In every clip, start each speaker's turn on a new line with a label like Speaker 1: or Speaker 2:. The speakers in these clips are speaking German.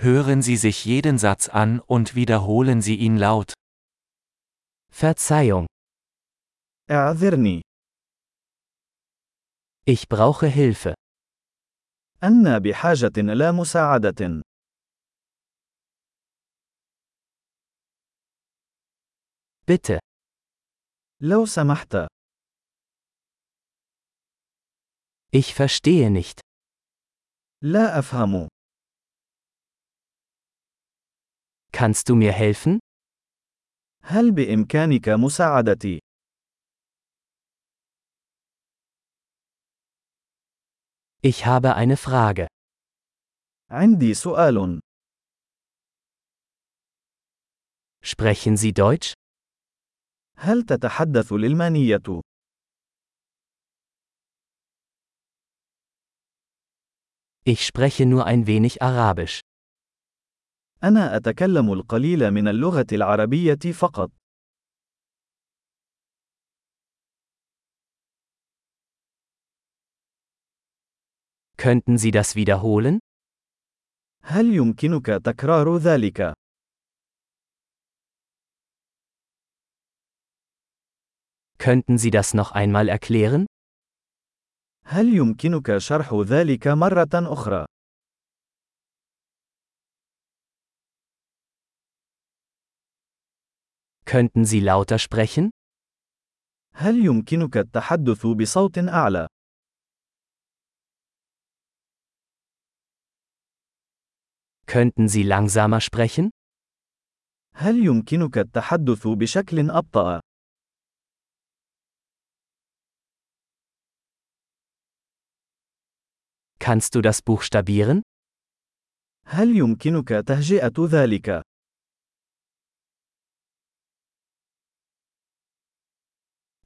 Speaker 1: Hören Sie sich jeden Satz an und wiederholen Sie ihn laut. Verzeihung,
Speaker 2: اعذرني
Speaker 1: ich brauche Hilfe.
Speaker 2: أنا بحاجة إلى مساعدة
Speaker 1: Bitte,
Speaker 2: لو سمحت
Speaker 1: ich verstehe nicht.
Speaker 2: لا أفهم
Speaker 1: Kannst du mir helfen?
Speaker 2: هل بإمكانك مساعدتي
Speaker 1: Ich habe eine Frage.
Speaker 2: عندي سؤال
Speaker 1: Sprechen Sie Deutsch?
Speaker 2: هل تتحدث الألمانية
Speaker 1: Ich spreche nur ein wenig Arabisch.
Speaker 2: أنا أتكلم القليل من اللغة العربية فقط
Speaker 1: Könnten Sie das wiederholen?
Speaker 2: هل يمكنك تكرار ذلك
Speaker 1: Könnten Sie das noch einmal erklären?
Speaker 2: هل يمكنك شرح ذلك مرة أخرى
Speaker 1: Könnten Sie lauter sprechen?
Speaker 2: هل يمكنك التحدث بصوت أعلى
Speaker 1: Könnten Sie langsamer sprechen?
Speaker 2: هل يمكنك التحدث بشكل أبطأ
Speaker 1: Kannst du das buchstabieren?
Speaker 2: هل يمكنك تهجئة ذلك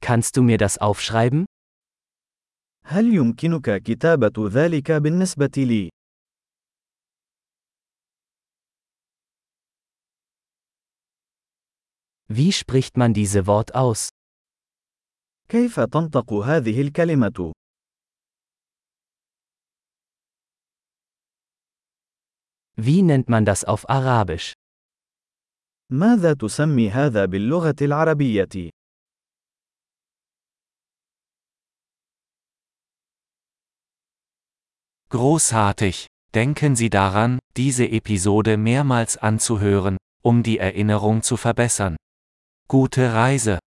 Speaker 1: Kannst du mir das aufschreiben?
Speaker 2: هل يمكنك كتابة ذلك بالنسبة لي؟
Speaker 1: Wie spricht man diese Wort aus?
Speaker 2: كيف تنطق هذه الكلمة؟
Speaker 1: Wie nennt man das auf Arabisch?
Speaker 2: ماذا تسمي هذا باللغة العربية؟
Speaker 1: Großartig! Denken Sie daran, diese Episode mehrmals anzuhören, um die Erinnerung zu verbessern. Gute Reise!